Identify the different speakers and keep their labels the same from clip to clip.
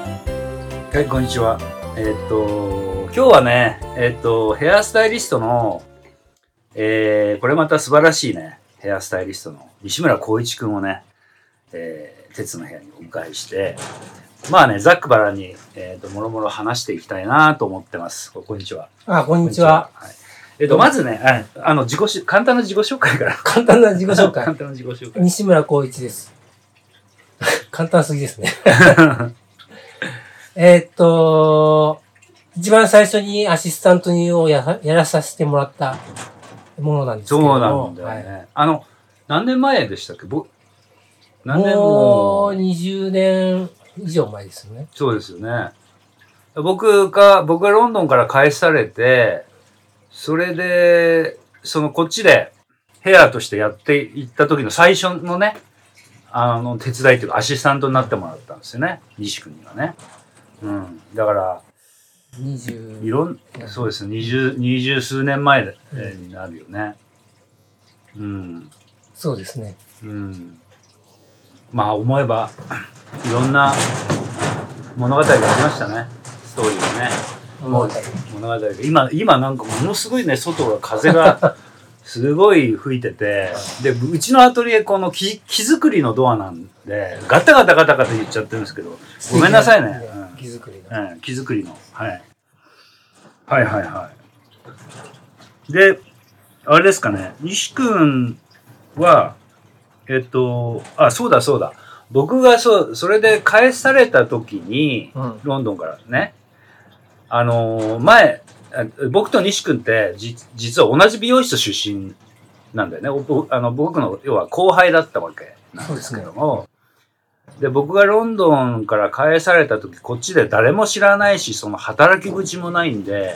Speaker 1: はい、こんにちは。えーっと、今日はね、えーっと、ヘアスタイリストの、えーこれまた素晴らしいね、ヘアスタイリストの西村光一くんをね、えー、鉄の部屋にお迎えして、まあね、ざっくばらんに、えーっと、もろもろ話していきたいなと思ってます。こんにちは。
Speaker 2: あ、こん
Speaker 1: こ
Speaker 2: にちは。。
Speaker 1: はい、えーっと、まずね、ああの、自己し、簡単な自己紹介から。
Speaker 2: 簡単な自己紹 介
Speaker 1: 簡。単な自己紹介。
Speaker 2: 西村光一です。簡単す ぎですね。えーっと、一番最初にアシスタントをやさやらさせてもらったものなんですけ
Speaker 1: そ
Speaker 2: ども。
Speaker 1: うなんだよね。あの、何年前でしたっけぼ
Speaker 2: はい
Speaker 1: 何年
Speaker 2: もう20年以上前ですよね。
Speaker 1: そうですよね。僕が、僕がロンドンから返されて、それで、そのこっちでヘアとしてやっていった時の最初のね、あの、手伝いというかアシスタントになってもらったんですよね。西君にはね。うん。だから、い
Speaker 2: 20。
Speaker 1: ろん、そうです。二十、二十数年前でえーになるよね。うん。
Speaker 2: そうですね。
Speaker 1: うん。まあ思えば、いろんな物語がありましたね。ストーリーがね。もう物語が今今なんかものすごいね外が風が すごい吹いててでうちのアトリエこの木木造りのドアなんでガタガタガタガタ言っちゃってるんですけどごめんなさいね、
Speaker 2: 木作りの。
Speaker 1: うんうん木造りの、はい、はいはいはいであれですかね西君はえっとあそうだそうだ僕がそうそれで返された時に、
Speaker 2: うん。
Speaker 1: ロンドンからね。あのー前、あ僕と西君って、じ、実は同じ美容室出身なんだよね。おぼあの僕の、要は後輩だったわけなんですけども。で僕がロンドンから返された時、こっちで誰も知らないし、その働き口もないんで、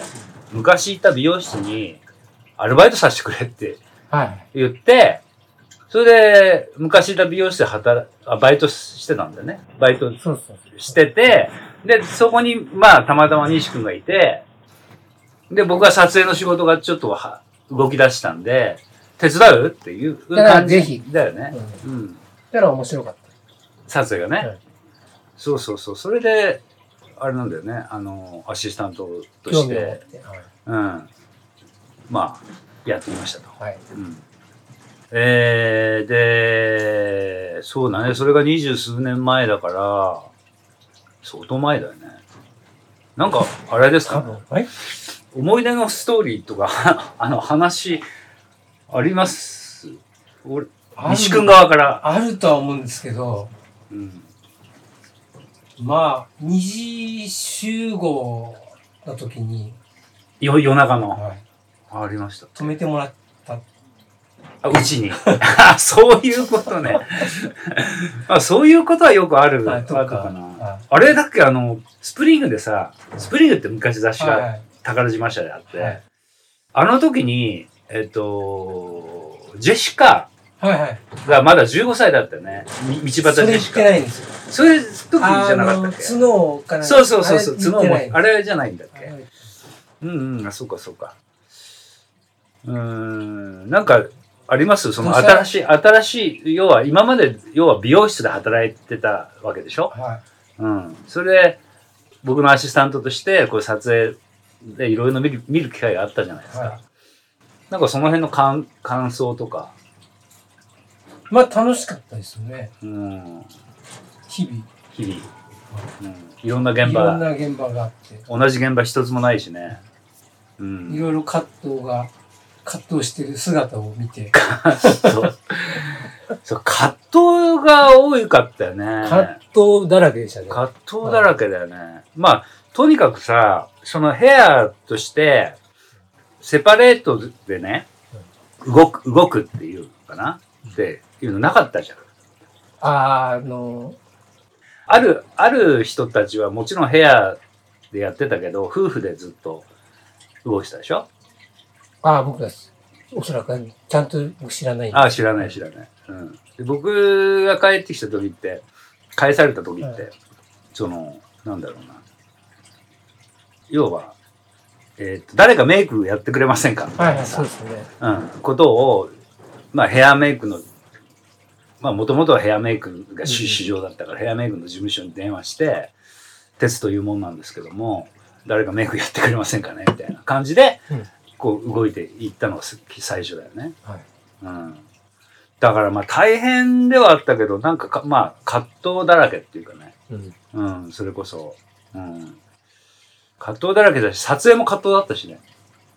Speaker 1: 昔行った美容室に、アルバイトさせてくれって
Speaker 2: はい。
Speaker 1: 言って、それで、昔いた美容室で働あ、バイトしてたんだよね。バイト
Speaker 2: そうそうそう。
Speaker 1: してて、で、そこに、まあ、たまたま西君がいて、で、僕は撮影の仕事がちょっとは動き出したんで、手伝うっていう
Speaker 2: だから
Speaker 1: 感
Speaker 2: ぜひ
Speaker 1: じだよね
Speaker 2: うん。
Speaker 1: うん。
Speaker 2: だから面白かっ
Speaker 1: 撮影がね。
Speaker 2: はい
Speaker 1: そうそうそう。それで、あれなんだよね。あの、アシスタントと
Speaker 2: た。興
Speaker 1: し、
Speaker 2: 味を持ってて。はい
Speaker 1: うん。まあ、やってみましたと。
Speaker 2: はい。
Speaker 1: うんえー、で、そうだね、それが二十数年前だから、相当前だよね。なんか、あれです
Speaker 2: 多
Speaker 1: か、
Speaker 2: 分。はい。
Speaker 1: 思い出のストーリーとか、 あの話、あります俺西君側から。
Speaker 2: あるとは思うんですけど、
Speaker 1: うん、
Speaker 2: まあ、二次集合の時に、
Speaker 1: よ夜中の。ありました。
Speaker 2: 止めてもらっ
Speaker 1: あうちに。 あそういうことね。 あそういうことはよくある。
Speaker 2: た
Speaker 1: あ
Speaker 2: り
Speaker 1: とか
Speaker 2: とか、
Speaker 1: な。
Speaker 2: は
Speaker 1: あれだっけ、あの、スプリングでさ、スプリングって昔雑誌
Speaker 2: い
Speaker 1: が
Speaker 2: は
Speaker 1: 宝島社であって、
Speaker 2: いはい
Speaker 1: あの時に、えっと、ジェシカ
Speaker 2: はいはい。
Speaker 1: がまだ15歳だったよね。み道端ジ
Speaker 2: それ
Speaker 1: ェ
Speaker 2: 言っ
Speaker 1: シ
Speaker 2: て
Speaker 1: カ。
Speaker 2: ないんですよ。
Speaker 1: それ時じゃなかったっけ
Speaker 2: あの角をかな
Speaker 1: そうそうそうそう、角
Speaker 2: あれ言って
Speaker 1: も
Speaker 2: ない、んです
Speaker 1: あれじゃないんだっ
Speaker 2: あ
Speaker 1: け
Speaker 2: れ
Speaker 1: うんうん、あ、そうかそうか。うーん、なんか、ありますその
Speaker 2: どうした
Speaker 1: 新しい、新しい、要は今まで、要は美容室で働いてたわけでしょ
Speaker 2: は
Speaker 1: うん。それで、僕のアシスタントとして、こう撮影でいろいろ見る見る機会があったじゃないですか。
Speaker 2: は
Speaker 1: なんかその辺の感感想とか、
Speaker 2: い。まあ楽しかったですよね。
Speaker 1: うん、
Speaker 2: 日々。
Speaker 1: 日々、うん、いろんな現
Speaker 2: いろん
Speaker 1: 場、
Speaker 2: な現場があって、
Speaker 1: 同じ現場一つもないしね。う
Speaker 2: い
Speaker 1: ん。
Speaker 2: ろいろ葛藤が、葛藤してる姿を見て、
Speaker 1: そうそう、葛藤が多かったよ
Speaker 2: 葛
Speaker 1: ね。
Speaker 2: 藤だらけでしたね。
Speaker 1: 葛藤だらけだよね。まあ、とにかくさ、そのヘアとして、セパレートでね、動く、動くっていうのかなっていうのなかったじゃん。
Speaker 2: あの、
Speaker 1: ある、ある人たちはもちろんヘアでやってたけど、夫婦でずっと動いてたでしょ
Speaker 2: ああ、僕がす、おそらく、ちゃんと僕知らないんで
Speaker 1: ああ、知らない知らない。うん。で僕が帰ってきた時って、返された時って、
Speaker 2: はい
Speaker 1: その、なんだろうな。要は、えっと、誰かメイクやってくれませんかみた
Speaker 2: はいいは、
Speaker 1: ないさ、
Speaker 2: そうですね。
Speaker 1: うん、ことを、まあヘアメイクの、まあもともとはヘアメイクが主
Speaker 2: うん
Speaker 1: 主張だったから、ヘアメイクの事務所に電話して、鉄というもんなんですけども、誰かメイクやってくれませんかねみたいな感じで
Speaker 2: うん、
Speaker 1: こう動いていったのが最初だよね。
Speaker 2: はい
Speaker 1: うん。だからまあ大変ではあったけど、なんかかまあ葛藤だらけっていうかね。
Speaker 2: うん。
Speaker 1: うん、それこそ。うん。葛藤だらけだし、撮影も葛藤だったしね。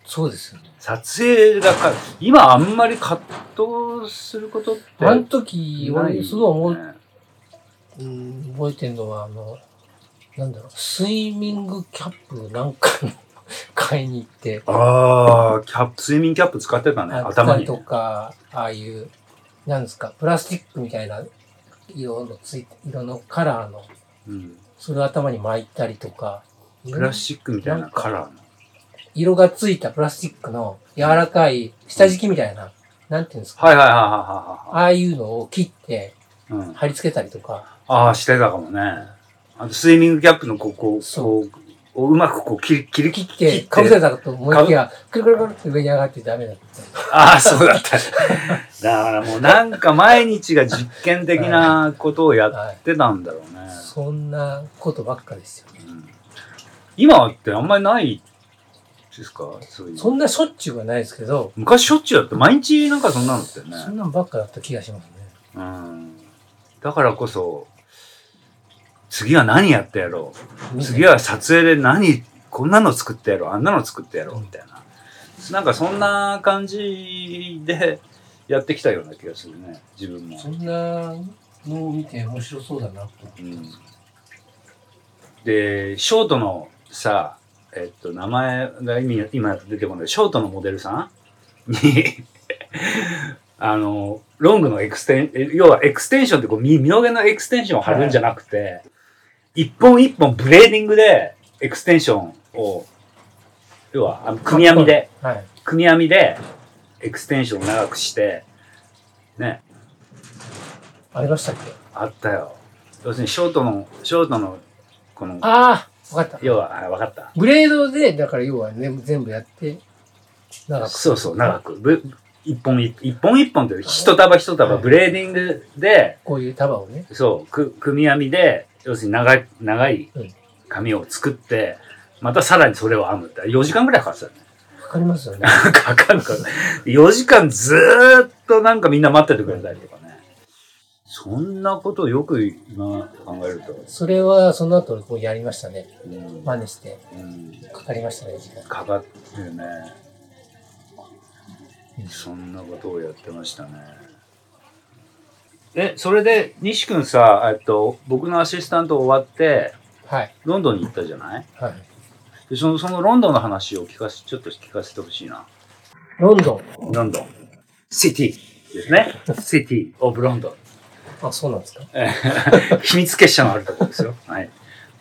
Speaker 2: そうですよね。
Speaker 1: 撮影がか、今あんまり葛藤することって
Speaker 2: あの
Speaker 1: ない
Speaker 2: 時、
Speaker 1: よね。
Speaker 2: 俺、すごい思う、うん、覚えてるのは、あの、なんだろう、スイミングキャップなんかの 買いに行って、
Speaker 1: ああ、キャップ、睡眠キャップ使ってたね、
Speaker 2: あ
Speaker 1: 頭に
Speaker 2: と。か、ああいう、なんですか、プラスチックみたいな色のついて、色のカラーの、
Speaker 1: うん。
Speaker 2: それを頭に巻いたりとか、
Speaker 1: プラスチックみたいなカラーの。
Speaker 2: 色がついたプラスチックの柔らかい下敷きみたいな、なんていうんですか、
Speaker 1: はいはいは
Speaker 2: ああいうのを切って
Speaker 1: いはいはいはい。うん。
Speaker 2: 貼り付けたりとか、
Speaker 1: ああ、してたかもね。あと、睡眠キャップのこう、こう、
Speaker 2: そ
Speaker 1: こう、をうまくこう切り、切り切っ
Speaker 2: で、
Speaker 1: て。
Speaker 2: かぶせたと思いきや、くるくるくるって上に上がってダメだった。
Speaker 1: ああ、そうだった。だからもうなんか毎日が実験的なことをやってたんだろうね。
Speaker 2: そんなことばっかですよね。
Speaker 1: うん今ってあんまりないですかそういう。
Speaker 2: そんなしょっちゅうはないですけど、
Speaker 1: 昔しょっちゅうだって毎日なんかそんなのってね。
Speaker 2: そんなんばっかだった気がしますね。
Speaker 1: うん。だからこそ、次は何やってやろう。
Speaker 2: みんな
Speaker 1: 次は撮影で何、こんなの作ってやろう。あんなの作ってやろう。みたいな。なんかそんな感じでやってきたような気がするね。自分も。
Speaker 2: そんなのを見て面白そうだなと思って
Speaker 1: うんで、ショートのさ、えっと、名前が意味今出てこない、ショートのモデルさん に、あの、ロングのエクステン、え要はエクステンションってこう、み身の毛のエクステンションを貼るんじゃなくて、一本一本ブレーディングでエクステンションを、要は、あの組み編みで、
Speaker 2: はい。
Speaker 1: 組み編みでエクステンションを長くして、ね、
Speaker 2: ありましたっけ
Speaker 1: あったよ。要するにショートの、ショートの、この、
Speaker 2: ああ、わかった。
Speaker 1: 要は、あわかった。
Speaker 2: ブレードで、だから要はね、全部やって、長く。
Speaker 1: そうそう、長く。ぶ一本一一本一本という、一束一束、
Speaker 2: はい
Speaker 1: ブレーディングで、
Speaker 2: こういう束をね。
Speaker 1: そう、く組み編みで、要するに長い、長い
Speaker 2: うん
Speaker 1: 紙を作って、またさらにそれを編むって、4時間ぐらいかかってたよね。
Speaker 2: わかりますよね。
Speaker 1: かかるから。4時間ずーっとなんかみんな待っててくれたりとかね。そんなことよく今考えると。
Speaker 2: それは、その後、こうやりましたね。
Speaker 1: うん
Speaker 2: 真似して、
Speaker 1: うん
Speaker 2: かかりましたね、時間。
Speaker 1: かかってるねそんなことをやってましたねえそれで西君さえっと僕のアシスタント終わって
Speaker 2: はい。
Speaker 1: ロンドンに行ったじゃない
Speaker 2: はい。
Speaker 1: でそのそのロンドンの話を聞かせちょっと聞かせてほしいな
Speaker 2: ロンドン。
Speaker 1: ロンドンシティです ねシティオブロンドン
Speaker 2: あ、そうなんですか。
Speaker 1: えー 秘密結社のあるところですよ。はい。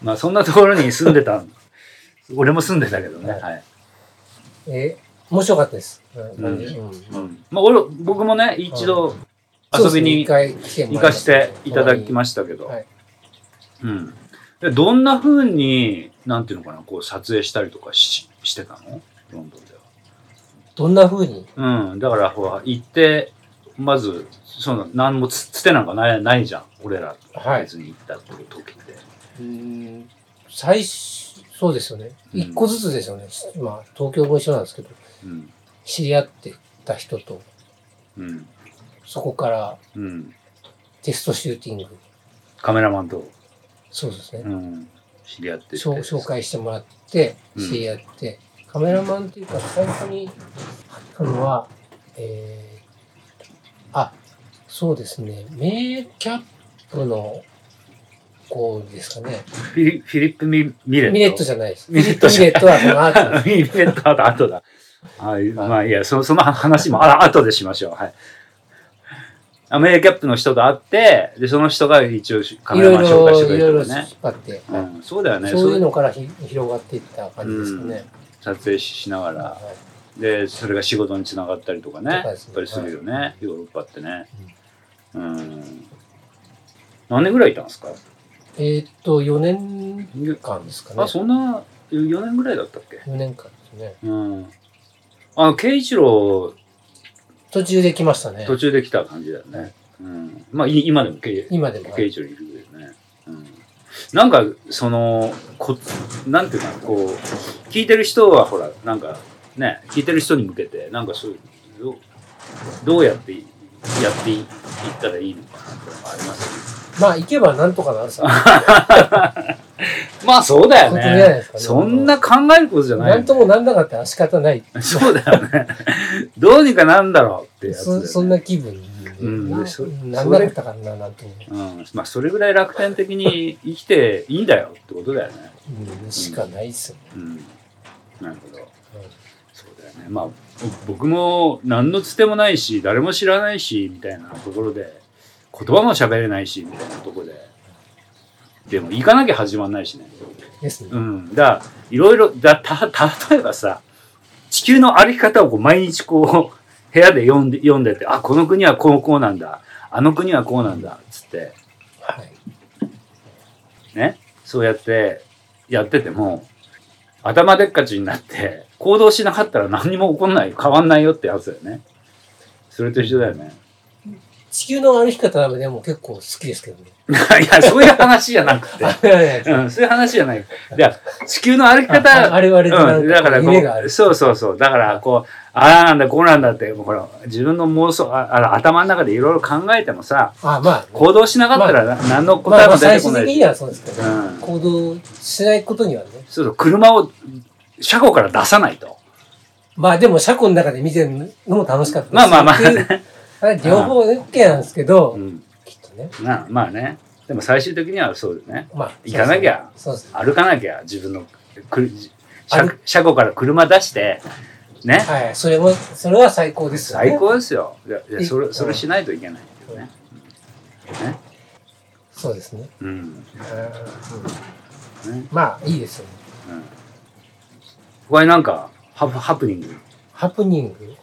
Speaker 1: まあそんなところに住んでた、俺も住んでたけどね。はい。
Speaker 2: えー、面白かったです。うん。
Speaker 1: うん
Speaker 2: うん
Speaker 1: うん。まあ俺、僕もね、一度遊びに
Speaker 2: そうですね一回来て
Speaker 1: 行
Speaker 2: もらいま
Speaker 1: か
Speaker 2: し
Speaker 1: したていただきましたけど、
Speaker 2: はい
Speaker 1: うん、でどんな風になんていうのかなこう撮影したりとかししてたのロンドンで
Speaker 2: どんな風に
Speaker 1: は、うん、だからほら行ってまずその何もつつてなんかないないじゃん俺ら
Speaker 2: はい
Speaker 1: 別に行った時って、
Speaker 2: うーん最初、そうですよね。
Speaker 1: うん
Speaker 2: 一個ずつですよね。まあ、東京も一緒なんですけど、
Speaker 1: うん
Speaker 2: 知り合ってた人と、
Speaker 1: うん
Speaker 2: そこから
Speaker 1: うん、
Speaker 2: テストシューティング、
Speaker 1: カメラマンと、
Speaker 2: そうです
Speaker 1: う
Speaker 2: ね。
Speaker 1: ん、知り合ってて
Speaker 2: 紹紹介してもらって、
Speaker 1: うん
Speaker 2: 知り合って、カメラマンっていうか、最初にあったのは、えー、あ、そうですね。メイキャップの子ですかね。
Speaker 1: フィリフィリップミ・ミレット
Speaker 2: ミレットじゃないです。
Speaker 1: ミレット
Speaker 2: ミ
Speaker 1: じゃない
Speaker 2: レットはそのアートです。
Speaker 1: ミレットあと後だはい、まあいいや、そその話もあ後でしましょう。はい。アメリカキャップの人と会って、で、その人が一応カ
Speaker 2: い
Speaker 1: メラ
Speaker 2: ろい
Speaker 1: マン紹介して
Speaker 2: ろ、
Speaker 1: く
Speaker 2: い
Speaker 1: れ
Speaker 2: ろい
Speaker 1: る
Speaker 2: ろ
Speaker 1: とか
Speaker 2: 引っ
Speaker 1: ね。
Speaker 2: 張って、
Speaker 1: うん、そうだよね。
Speaker 2: そういう
Speaker 1: そう
Speaker 2: のからひ広がっていった感じですかね。
Speaker 1: 撮影しながら。
Speaker 2: はい
Speaker 1: で、それが仕事につながったりとかね。
Speaker 2: と
Speaker 1: や
Speaker 2: か
Speaker 1: っ
Speaker 2: ですね
Speaker 1: ぱりするよね、
Speaker 2: はい
Speaker 1: ヨーロッパってね。うん。何年ぐらいいたんですか
Speaker 2: えーっと、4年間ですかね。
Speaker 1: あ、そんな、4年ぐらいだったっけ
Speaker 2: 4年間ですね。
Speaker 1: うん。あの、慶一郎
Speaker 2: 途中で来ましたね。
Speaker 1: 途中で来た感じだよね。うん。まあ、い今でも慶
Speaker 2: 今でも。
Speaker 1: ケイチョリいるよね。うん。なんか、その、こ、なんていうか、こう、聞いてる人はほら、なんか、ね、聞いてる人に向けて、なんかそういう、どうどうやってやっていったらいいのかなっていうのがあります
Speaker 2: まあ、行けばなんとかなるさ。
Speaker 1: よねまあそうだよ
Speaker 2: 本当に嫌で
Speaker 1: ね
Speaker 2: す。かね
Speaker 1: そんな考えることじゃない
Speaker 2: な
Speaker 1: よね
Speaker 2: んともなんなかったら仕方ない。
Speaker 1: そうだよね。 どうにかなんだろうってやつだよ
Speaker 2: そ
Speaker 1: ね
Speaker 2: そんな気分
Speaker 1: うん
Speaker 2: な
Speaker 1: でそ
Speaker 2: なんなかったからな、なんとも。
Speaker 1: うん。まあ、それぐらい楽天的に生きていいんだよってことだよね。
Speaker 2: うん、しかないっすよね。
Speaker 1: うん。なるほど。
Speaker 2: うん
Speaker 1: そうだよね。まあ、ぼ僕も何のつてもないし、誰も知らないし、みたいなところで、言葉も喋れないし、みたいなところで。でも、行かなきゃ始まんないしね。
Speaker 2: ですね。
Speaker 1: うん。だから、いろいろ、だ、た、例えばさ、地球の歩き方をこう毎日こう、部屋で読んで、読んでて、あ、この国はこう、こうなんだ。あの国はこうなんだ。つって、
Speaker 2: はい。
Speaker 1: ね、そうやってやってても、頭でっかちになって、行動しなかったら何にも起こんないよ、変わんないよってやつだよね。それと一緒だよね。
Speaker 2: 地球の歩き方はでも結構好きですけどね。
Speaker 1: いや、そういう話じゃな くて。
Speaker 2: いやいや
Speaker 1: うん、そういう話じゃない。いや、地球の歩き
Speaker 2: あ あ
Speaker 1: 方、
Speaker 2: れはあれでな
Speaker 1: うんん、だから
Speaker 2: か
Speaker 1: こ
Speaker 2: 夢がある
Speaker 1: う、。そうそうそう。だからこう、ああなんだ、こうなんだって、もうほら、自分の妄想、ああの頭の中でいろいろ考えてもさ、
Speaker 2: あ、まあ、
Speaker 1: 行動しなかったらな何の
Speaker 2: ま
Speaker 1: 答
Speaker 2: あ
Speaker 1: え
Speaker 2: ま
Speaker 1: も
Speaker 2: あ、
Speaker 1: 出
Speaker 2: 最
Speaker 1: てこ
Speaker 2: 終
Speaker 1: ない
Speaker 2: 的
Speaker 1: し
Speaker 2: にはそうですけど、
Speaker 1: うん
Speaker 2: 行動しないことにはね。
Speaker 1: そうそう、車を車庫から出さないと。
Speaker 2: まあでも、車庫の中で見てるのも楽しかったです
Speaker 1: まあまあまあ
Speaker 2: っていう
Speaker 1: ね。
Speaker 2: あれ両方 OK なんですけど、
Speaker 1: うん
Speaker 2: きっとね。
Speaker 1: なまあね。でも最終的にはそうだよね。
Speaker 2: まあ、
Speaker 1: 行かなきゃ
Speaker 2: そうですね。
Speaker 1: 歩かなきゃ自分のく
Speaker 2: 歩
Speaker 1: 車車庫から車出して、ね。
Speaker 2: はい、それも、それは最高ですよね。
Speaker 1: 最高ですよ。いやいやそ
Speaker 2: い
Speaker 1: れそれしないといけないっていうね。ね。
Speaker 2: そうですね。
Speaker 1: うん。ね
Speaker 2: うんまあ、いいですよね。
Speaker 1: うん、他になんかハプハプニング。
Speaker 2: ハプニング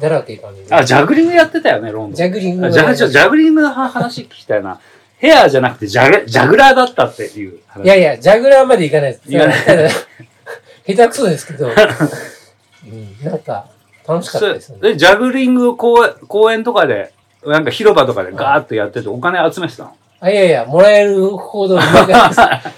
Speaker 2: だらけかもね
Speaker 1: あ、ジャグリングやってたよね、ロンド
Speaker 2: ジ
Speaker 1: ン。
Speaker 2: ャグリング
Speaker 1: あ
Speaker 2: は
Speaker 1: ジャジャジャグリングの話聞きたいな。ヘアじゃなくてジャグジャグラーだったっていう話。
Speaker 2: いやいや、ジャグラーまでいかないです。
Speaker 1: いかない
Speaker 2: ただ 下手くそですけ ど、うん、なんか、楽しかったですよ
Speaker 1: そ
Speaker 2: ね。
Speaker 1: えジャグリングを公園公園とかで、なんか広場とかでガーッとやっててお金集めてたの
Speaker 2: あ、いやいや、もらえる ほどうまかったで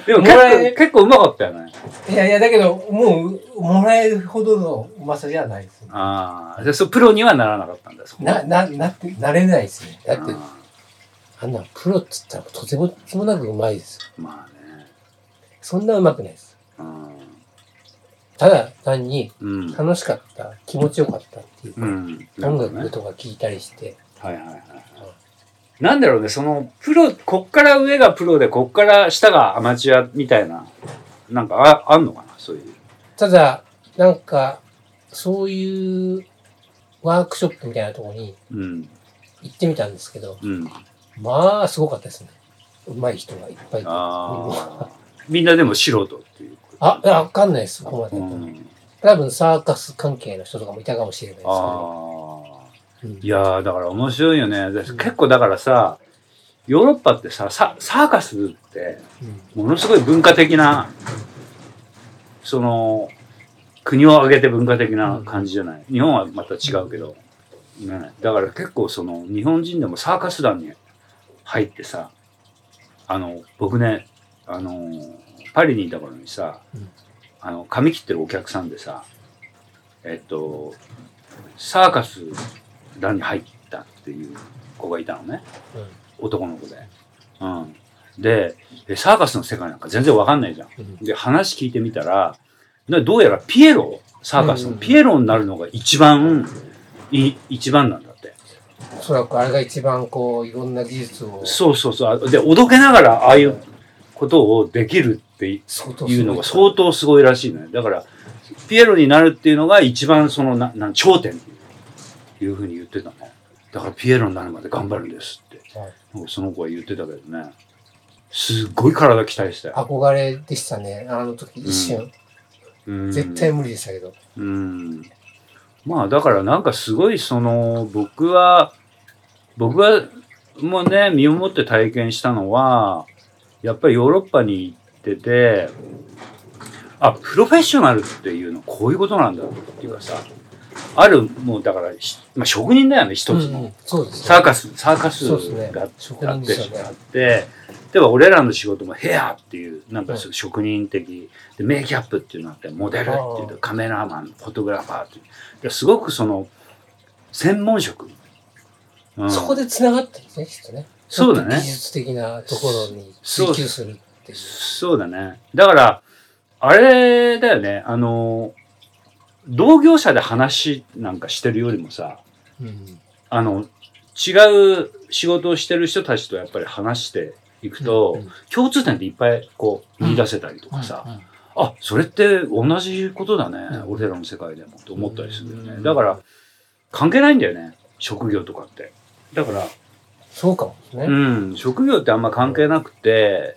Speaker 2: す
Speaker 1: でも
Speaker 2: もらえ
Speaker 1: 結構、結構うまかったよね。
Speaker 2: いやいや、だけど、もう、もらえるほどのうまさじゃないですね。
Speaker 1: ああ。で、そう、プロにはならなかったんだ、そこは
Speaker 2: な、な、なって、なれないですね。だって、
Speaker 1: あ
Speaker 2: あんなプロっつったらとてもつもなくうまいですよ。
Speaker 1: ーまあね。
Speaker 2: そんなうまくないです。
Speaker 1: うん
Speaker 2: ただ単に
Speaker 1: うん。
Speaker 2: 楽しかった、気持ちよかったっていう
Speaker 1: う
Speaker 2: か、
Speaker 1: ん。
Speaker 2: 音
Speaker 1: な
Speaker 2: 楽
Speaker 1: るほどね
Speaker 2: とか聴いたりして、
Speaker 1: はいはいはいはい。なんだろうね、その、プロ、こっから上がプロで、こっから下がアマチュアみたいな、なんかあ、あんのかな、そういう。
Speaker 2: ただ、なんか、そういうワークショップみたいなところに
Speaker 1: うん。
Speaker 2: 行ってみたんですけど、
Speaker 1: うん。
Speaker 2: まあ、すごかったですね。うまい人がいっぱいいて。
Speaker 1: ああ。みんなでも素人っていうこと。
Speaker 2: あ、いやわかんないです、そこまで
Speaker 1: う。ん。
Speaker 2: 多分サーカス関係の人とかもいたかもしれないですけど。
Speaker 1: ああ。
Speaker 2: うん
Speaker 1: いやー、だから面白いよね。で結構だからさ、ヨーロッパってさ、ササーカスって、
Speaker 2: うん
Speaker 1: ものすごい文化的な、その、国を挙げて文化的な感じじゃない。日本はまた違うけど。ね、だから結構その、日本人でもサーカス団に入ってさ、あの、僕ね、あのー、パリにいた頃にさ、
Speaker 2: うん
Speaker 1: あの、髪切ってるお客さんでさ、えっと、サーカス団に入ったっていう子がいたのね。
Speaker 2: うん
Speaker 1: 男の子で。うん。で、えサーカスの世界なんか全然わかんないじゃん。
Speaker 2: うん
Speaker 1: で、話聞いてみたら、などうやらピエロ、サーカス
Speaker 2: うん
Speaker 1: の
Speaker 2: うん
Speaker 1: ピエロになるのが一番、い一番なんだって。
Speaker 2: おそらくあれが一番こう、いろんな技術を
Speaker 1: そうそうそう。あで、おどけながらああいうことをできるってい
Speaker 2: 相当すご
Speaker 1: うのが相当すごいらしいのよ。だから、ピエロになるっていうのが一番その、ななん頂点っていうふうに言ってたね。だからピエロになるまで頑張るんですって。
Speaker 2: はい
Speaker 1: なんかその子は言ってたけどね。すっごい体鍛えてたよ。
Speaker 2: 憧れでしたね、あの時一瞬。
Speaker 1: うん
Speaker 2: 絶対無理でしたけど。
Speaker 1: うん。まあだからなんかすごいその僕は僕はもうね身をもって体験したのはやっぱりヨーロッパに行っててあプロフェッショナルっていうのこういうことなんだっていうかさあるもうだからし、まあ、職人だよね一つの。
Speaker 2: うんうんそうですね
Speaker 1: サーカス、サーカス
Speaker 2: そうですね
Speaker 1: があって、
Speaker 2: 職人ですよね
Speaker 1: あって、例えば俺らの仕事もヘアっていうなんかそう職人的、でメイキャップっていうのあってモデルっていう
Speaker 2: あ
Speaker 1: とカメラマンフォトグラファーっていうですごくその専門職、うん
Speaker 2: そこで繋がってるね、きっとね。
Speaker 1: そうだね
Speaker 2: ちょっと技術的なところに追求するっていう。
Speaker 1: そうだねだからあれだよねあの同業者で話なんかしてるよりもさ
Speaker 2: うん。
Speaker 1: あの違う仕事をしてる人たちとやっぱり話していくと、
Speaker 2: うん
Speaker 1: 共通点っていっぱいこう
Speaker 2: うん
Speaker 1: 見出せたりとかさ、
Speaker 2: うん
Speaker 1: あそれって同じことだね、
Speaker 2: うん
Speaker 1: 俺らの世界でもと思ったりするんだよ
Speaker 2: うん
Speaker 1: ねだから関係ないんだよね職業とかってだから
Speaker 2: そうかもね。
Speaker 1: うん、職業ってあんま関係なくて、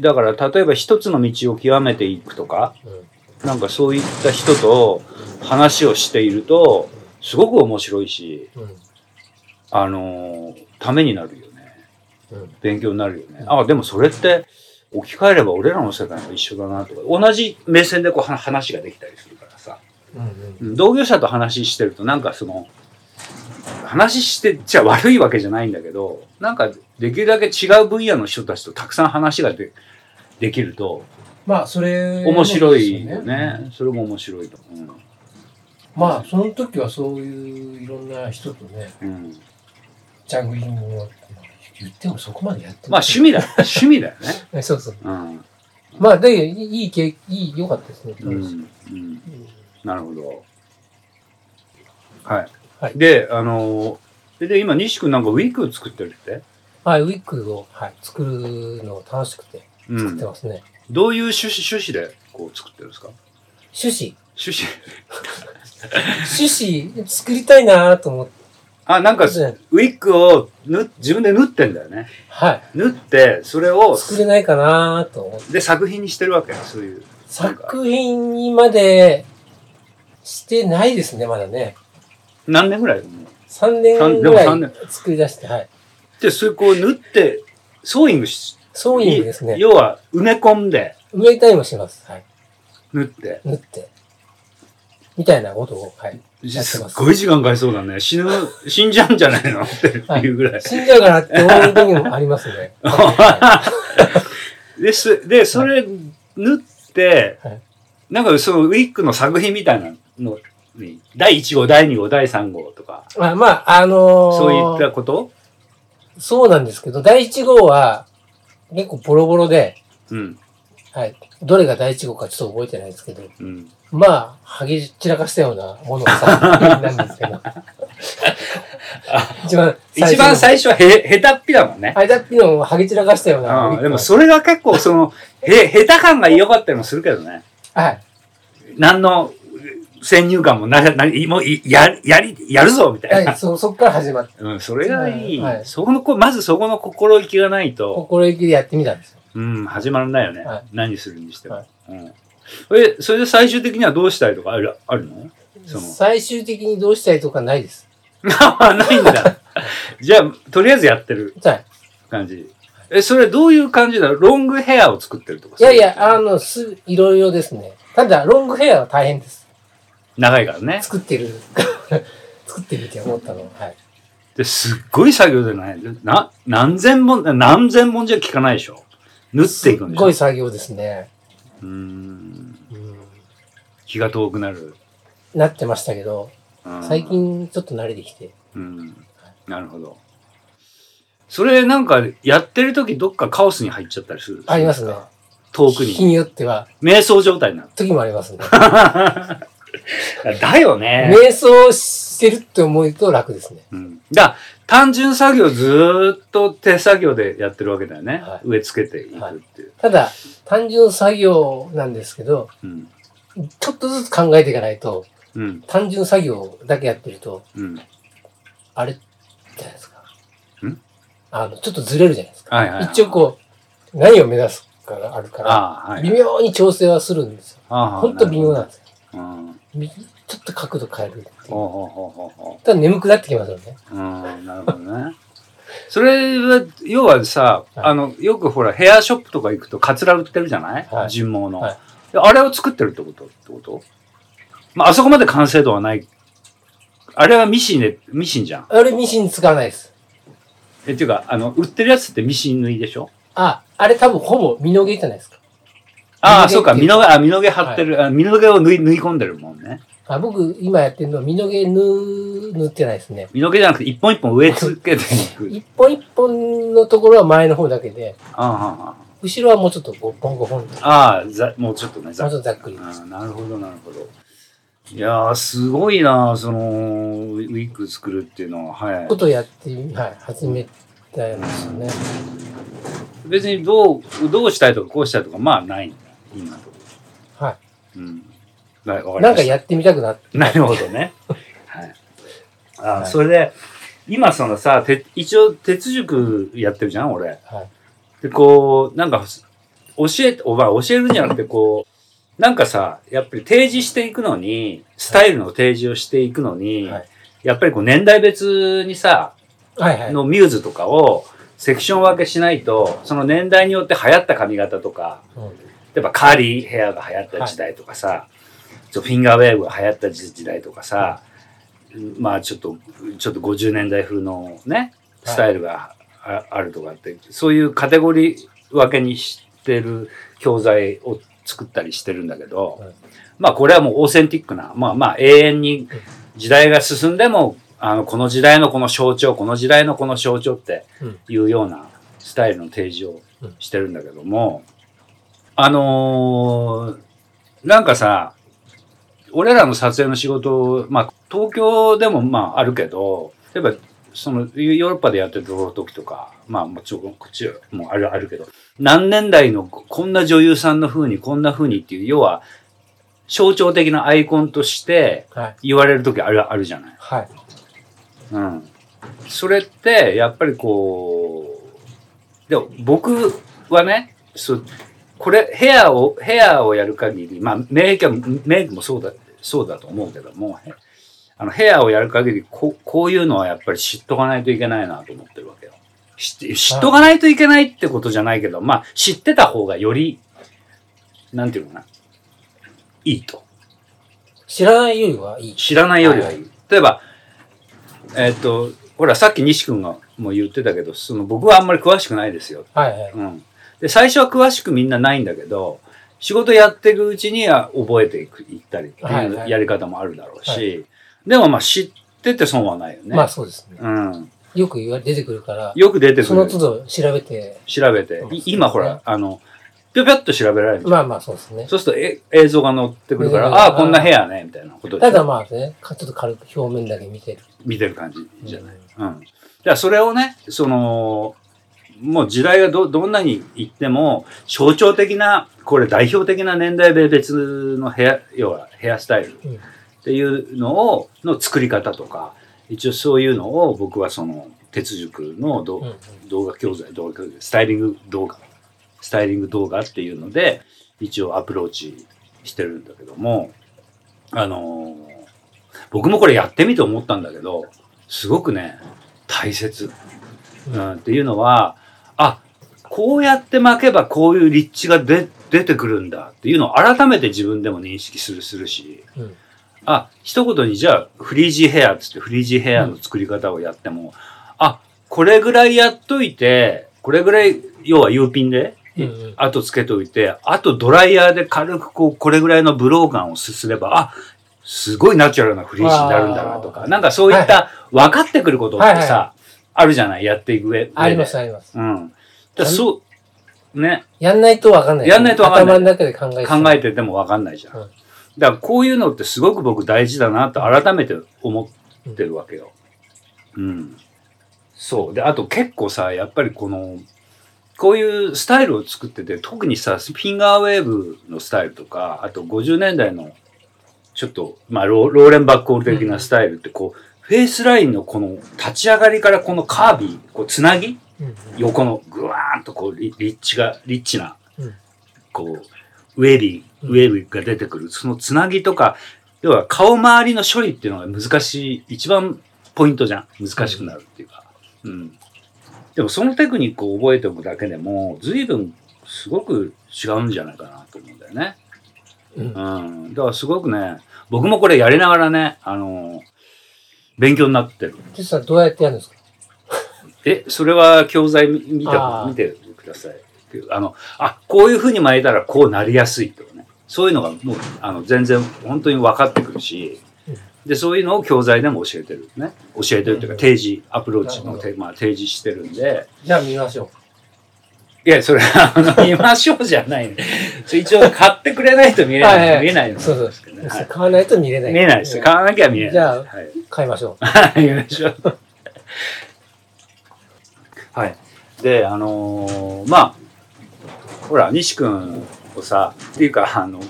Speaker 1: だから例えば一つの道を極めていくとか、
Speaker 2: うん
Speaker 1: なんかそういった人と話をしていると、すごく面白いし、
Speaker 2: うん
Speaker 1: あのーためになるよね。
Speaker 2: うん
Speaker 1: 勉強になるよね。
Speaker 2: うん
Speaker 1: あ、でもそれって置き換えれば俺らの世界も一緒だなとか、同じ目線でこうは話ができたりするからさ。
Speaker 2: うん
Speaker 1: うん同業者と話してるとなんかその話してじゃあ悪いわけじゃないんだけどなんかできるだけ違う分野の人たちとたくさん話がでできると
Speaker 2: まあ、それ。
Speaker 1: 面白いよ
Speaker 2: です
Speaker 1: ね。それも面白いと思
Speaker 2: まあ、その時はそういういろんな人とね、
Speaker 1: う、うん、
Speaker 2: ジャングリングを言ってもそこまでやって
Speaker 1: まあ
Speaker 2: ない
Speaker 1: 趣味だ趣味だよね、
Speaker 2: えそうそう。
Speaker 1: うん
Speaker 2: まあ、だけど、いい経験、いい、良かったですね。
Speaker 1: うん
Speaker 2: うん
Speaker 1: うん、なるほどはい、
Speaker 2: はい
Speaker 1: であのでで今西君なんかウィーク作ってるって、
Speaker 2: はい、ウィッグを、はい、作るの楽しくて
Speaker 1: う
Speaker 2: 作って
Speaker 1: ん、
Speaker 2: ますね。
Speaker 1: どういう趣旨趣旨でこう作ってるんですか
Speaker 2: 趣旨、
Speaker 1: 趣旨
Speaker 2: 趣旨作りたいなと思って。
Speaker 1: あなんかウィッグをぬ自分で縫ってんだよね。
Speaker 2: はい。
Speaker 1: 縫って、それを、
Speaker 2: 作れないかなと思って。
Speaker 1: で、作品にしてるわけよ、そういう。
Speaker 2: 作品にまでしてないですね、まだね。
Speaker 1: 何年ぐらいもう
Speaker 2: 3年
Speaker 1: 三で
Speaker 2: ぐ
Speaker 1: も
Speaker 2: ら
Speaker 1: 三
Speaker 2: い
Speaker 1: 年
Speaker 2: 作り出して、はい。
Speaker 1: で、それこう縫って、ソーイングし、
Speaker 2: ソーイングですね。
Speaker 1: 要は埋め込んで、
Speaker 2: 埋めたりもします。はい。
Speaker 1: 縫って。
Speaker 2: 縫って。みたいなことを、はい。やって
Speaker 1: すっ
Speaker 2: ます
Speaker 1: ごい時間かかりそうだね。死ぬ、死んじゃうんじゃないのっていうぐらい。
Speaker 2: 死んじゃうかなって思う時もありますね。 は
Speaker 1: です、で、それ縫って、
Speaker 2: はい
Speaker 1: なんかそのウィッグの作品みたいなのに、第1号、第2号、第3号とか、
Speaker 2: いまあ、まあ、あのー
Speaker 1: そういったこと
Speaker 2: そうなんですけど、第1号は結構ボロボロで、
Speaker 1: うん、
Speaker 2: はい。どれが第1号かちょっと覚えてないですけど、
Speaker 1: うん。
Speaker 2: まあ、はげ散らかしたようなものが作品なんで すけど。一番最初の。
Speaker 1: 一番最初はへ、へたっぴだもんね。
Speaker 2: 間っていうのははげ散らかしたような。
Speaker 1: うん、でもそれが結構その、へ、下手感が良かったりもするけどね。
Speaker 2: はい。
Speaker 1: 何の先入観もな、な、もうい、や、やり、やるぞみたいな。
Speaker 2: はい、そ、そっから始まって、
Speaker 1: うん、それがいい。
Speaker 2: はい
Speaker 1: そこのこ、まずそこの心意気がないと、
Speaker 2: 心意気でやってみたんですよ。
Speaker 1: うん、始まらないよね。
Speaker 2: はい
Speaker 1: 何するにしても。
Speaker 2: はい
Speaker 1: うん。え、それで最終的にはどうしたりとかある、あるの その、
Speaker 2: 最終的にどうしたりとかないです。
Speaker 1: ないん だ。じゃあ、とりあえずやってる
Speaker 2: はい。
Speaker 1: 感じ。え、それどういう感じなのロングヘアを作ってるとか。
Speaker 2: いやいや、あの、す、いろいろですね。ただ、ロングヘアは大変です。
Speaker 1: 長いからね。
Speaker 2: 作ってる、 作ってみて思ったのは。はい。
Speaker 1: ですっごい作業じゃないな、何千本、何千本じゃ効かないでしょ縫っていくん
Speaker 2: すっ
Speaker 1: でしょ
Speaker 2: ごい作業ですね。
Speaker 1: うーん。
Speaker 2: うん。
Speaker 1: 気が遠くなる。
Speaker 2: なってましたけど、
Speaker 1: うん
Speaker 2: 最。近ちょっと慣れてきて。
Speaker 1: うん。なるほど。それなんかやってる時どっかカオスに入っちゃったりする
Speaker 2: ありますね。
Speaker 1: 遠く
Speaker 2: 日
Speaker 1: に。
Speaker 2: によっては、
Speaker 1: 瞑想状態になる。
Speaker 2: 時もありますね。
Speaker 1: だよね。
Speaker 2: 瞑想してるって思うと楽ですね。
Speaker 1: うん。だ単純作業ずーっと手作業でやってるわけだよね。
Speaker 2: はい
Speaker 1: 植え付けていくっていう。
Speaker 2: ただ、単純作業なんですけど、
Speaker 1: うん。
Speaker 2: ちょっとずつ考えていかないと、
Speaker 1: うん。
Speaker 2: 単純作業だけやってると、
Speaker 1: うん。は
Speaker 2: あれじゃないですか。
Speaker 1: ん
Speaker 2: あの、ちょっとずれるじゃないですか。
Speaker 1: いはい、はい。
Speaker 2: 一応こう、何を目指すかがあるから、
Speaker 1: ああ、はい。
Speaker 2: 微妙に調整はするんですよ。
Speaker 1: ああ
Speaker 2: ほんと微妙なんです
Speaker 1: う
Speaker 2: よ。
Speaker 1: ん。
Speaker 2: みちょっと角度変えるっていう。
Speaker 1: ほうほうほうほうほ
Speaker 2: ただ眠くなってきますよね。
Speaker 1: う。うん、なるほどね。それは、要はさ、
Speaker 2: はい
Speaker 1: あの、よくほら、ヘアショップとか行くと、カツラ売ってるじゃない、
Speaker 2: はい
Speaker 1: 人毛の、
Speaker 2: はい
Speaker 1: であれを作ってるってことってことまあ、あそこまで完成度はない。あれはミシンで、ミシンじゃん。
Speaker 2: あれミシン使わないです。
Speaker 1: え、っていうか、あの、売ってるやつってミシン縫いでしょ
Speaker 2: あ、あれ多分ほぼ身の毛じゃないですか。
Speaker 1: ああ、そうか、身の毛、あ、身の毛張ってる、あ身の毛を縫い縫い込んでるもんね。
Speaker 2: あ僕、今やってるのは身の毛縫う縫ってないですね。
Speaker 1: 身の毛じゃなくて、一本一本植え付けていく。
Speaker 2: 一本一本のところは前の方だけで、
Speaker 1: あああ
Speaker 2: 後ろはもうちょっと5本5本と、もう
Speaker 1: あああ、ざもうちょっとね、
Speaker 2: ち
Speaker 1: ざ
Speaker 2: ょ
Speaker 1: っ
Speaker 2: っ
Speaker 1: く
Speaker 2: とざっくり
Speaker 1: り。
Speaker 2: です。
Speaker 1: ああなるほど、なるほど。いやー、すごいな、その、ウィッグ作るっていうのは、はい。
Speaker 2: ことをやって、はい、始めたんですよね。
Speaker 1: 別にどう、どうしたいとか、こうしたいとか、まあ、ないんだ。今のとこ
Speaker 2: は
Speaker 1: ろ。うん。はい、わか
Speaker 2: い。
Speaker 1: り
Speaker 2: なん
Speaker 1: まし
Speaker 2: か
Speaker 1: た。
Speaker 2: やってみたくなって。
Speaker 1: なるほど ね。はい。あー、
Speaker 2: はい
Speaker 1: それで、今そのさ、て一応、鉄塾やってるじゃん、俺。
Speaker 2: はい。
Speaker 1: で、こう、なんか、教え、お前教えるんじゃなくて、こう、なんかさ、やっぱり提示していくのに、スタイルの提示をしていくのに、
Speaker 2: はい
Speaker 1: やっぱりこう年代別にさ、
Speaker 2: はいはい。
Speaker 1: のミューズとかをセクション分けしないと、その年代によって流行った髪型とか、
Speaker 2: うん
Speaker 1: 例えばカーリーヘアが流行った時代とかさ、ちょフィンガーウェーブが流行った時代とかさ、まあちょっと、ちょっと50年代風のね、スタイルがああるとかって、そういうカテゴリー分けにしてる教材を作ったりしてるんだけど、
Speaker 2: はい
Speaker 1: まあこれはもうオーセンティックな、まあまあ永遠に時代が進んでも、あの、この時代のこの象徴、この時代のこの象徴っていうようなスタイルの提示をしてるんだけども、あのーなんかさ、俺らの撮影の仕事、まあ、東京でもまああるけど、例えば、その、ヨーロッパでやってる時とか、まあ、もちろん、こっちもある、あるけど、何年代のこんな女優さんの風に、こんな風にっていう、要は、象徴的なアイコンとして
Speaker 2: はい。
Speaker 1: 言われる時ある、あるじゃない。
Speaker 2: はい。
Speaker 1: うん。それって、やっぱりこう、でも僕はね、そうこれ、ヘアを、ヘアをやる限り、まあ、メイクはメイクもそうだ、そうだと思うけども、へあの、ヘアをやる限り、こう、こういうのはやっぱり知っとかないといけないなと思ってるわけよ。知って、知っとかないといけないってことじゃないけど、まあ、知ってた方がより、なんていうのかな、いいと。
Speaker 2: 知らないよりはいい。
Speaker 1: 知らないよりはいい。例えば、えっ、と、ほら、さっき西君がもう言ってたけど、その僕はあんまり詳しくないですよ。
Speaker 2: はいはい。
Speaker 1: うん。で、最初は詳しくみんなないんだけど、仕事やっていくうちには覚えていく、いったりって
Speaker 2: はいいうはい
Speaker 1: やり方もあるだろうし、
Speaker 2: は
Speaker 1: でもまあ知ってて損はないよね。
Speaker 2: まあそうですね。
Speaker 1: うん。
Speaker 2: よく言わ出てくるから、
Speaker 1: よく出てく
Speaker 2: その
Speaker 1: る。
Speaker 2: 都度調べて、
Speaker 1: 調べて
Speaker 2: そう。
Speaker 1: い
Speaker 2: ですね
Speaker 1: 今ほら、あの、ぴょぴょっと調べられる。
Speaker 2: まあまあそうですね。
Speaker 1: そうするとえ映像が載ってくるから、
Speaker 2: うん
Speaker 1: ああ、こんな部屋ね、みたいなことで
Speaker 2: ただまあね、かちょっと軽く表面だけ見てる。
Speaker 1: 見てる感じじゃない。
Speaker 2: うん
Speaker 1: うん。だからそれをね、その、もう時代がど、どんなに行っても、象徴的な、これ代表的な年代別のヘア、要はヘアスタイルっ
Speaker 2: うん
Speaker 1: ていうのを、の作り方とか、一応そういうのを僕はその、鉄塾のど、
Speaker 2: うんうん
Speaker 1: 動画教材、動画教材、スタイリング動画、スタイリング動画っていうので、一応アプローチしてるんだけども、あのー僕もこれやってみて思ったんだけど、すごくね、大切。
Speaker 2: う
Speaker 1: うんん、っていうのは、あ、こうやって巻けばこういう立地が出出てくるんだっていうのを改めて自分でも認識するするし、
Speaker 2: うん
Speaker 1: あ、一言にじゃあフリージーヘアっつってフリージーヘアの作り方をやっても、あ、これぐらいやっといて、これぐらい、要は U ピンで、
Speaker 2: うんうん
Speaker 1: あとつけといて、あとドライヤーで軽くこう、これぐらいのブローガンをすすれば、あ、すごいナチュラルなフリージーになるんだなと
Speaker 2: あ
Speaker 1: か、
Speaker 2: ー
Speaker 1: なんかそういった分かってくることってさ、
Speaker 2: はいは
Speaker 1: あるじゃないやっていく上上で。
Speaker 2: ありますあります。
Speaker 1: うん。だからそう、ね、
Speaker 2: やんないとわかんない。
Speaker 1: やんないとわかんない
Speaker 2: 頭の中で考えてた
Speaker 1: 考えてても分かんないじゃん。
Speaker 2: うん
Speaker 1: だからこういうのってすごく僕大事だなと改めて思ってるわけよ。うん。そう。で、あと結構さ、やっぱりこの、こういうスタイルを作ってて、特にさ、フィンガーウェーブのスタイルとか、あと50年代の、ちょっと、まあロー、ローレンバックホール的なスタイルって、こう、フェイスラインのこの立ち上がりからこのカービィ、こう、つなぎ
Speaker 2: うんうん
Speaker 1: 横のぐわーんとこうリリッチがリッチな、
Speaker 2: うん
Speaker 1: こうウェービー
Speaker 2: うん
Speaker 1: ウェービーが出てくる、そのつなぎとか要は顔周りの処理っていうのが難しい一番ポイントじゃん難しくなるっていうか、うんでもそのテクニックを覚えておくだけでも随分すごく違うんじゃないかなと思うんだよね、
Speaker 2: うん
Speaker 1: うん、だからすごくね僕もこれやりながらねあの勉強になってる
Speaker 2: 実はどうやってやるんですか
Speaker 1: えそれは教材見見
Speaker 2: あ
Speaker 1: た
Speaker 2: ー
Speaker 1: 見てるくださいっていう。あの、あ、こういうふうに巻いたらこうなりやすいとかね。そういうのがもう、あの、全然本当に分かってくるし、で、そういうのを教材でも教えてるね。教えてるというか、提示、アプローチの
Speaker 2: なる
Speaker 1: テーマ、提示してるんで、
Speaker 2: じゃあ見ましょ
Speaker 1: いや、それ、あの、見ましょうじゃないね。 それ一応買ってくれないと見れない、
Speaker 2: はいはい
Speaker 1: 見えないの
Speaker 2: う。そうそう。
Speaker 1: ですけどね。はい
Speaker 2: 買わないと見れない。
Speaker 1: 見えないですよ。買わなきゃ見えない。
Speaker 2: じゃあ
Speaker 1: はい
Speaker 2: 買いましょう。
Speaker 1: はい、よいしょ。はい。で、あのーまあ、ほら、西君をさ、っていうか、あの、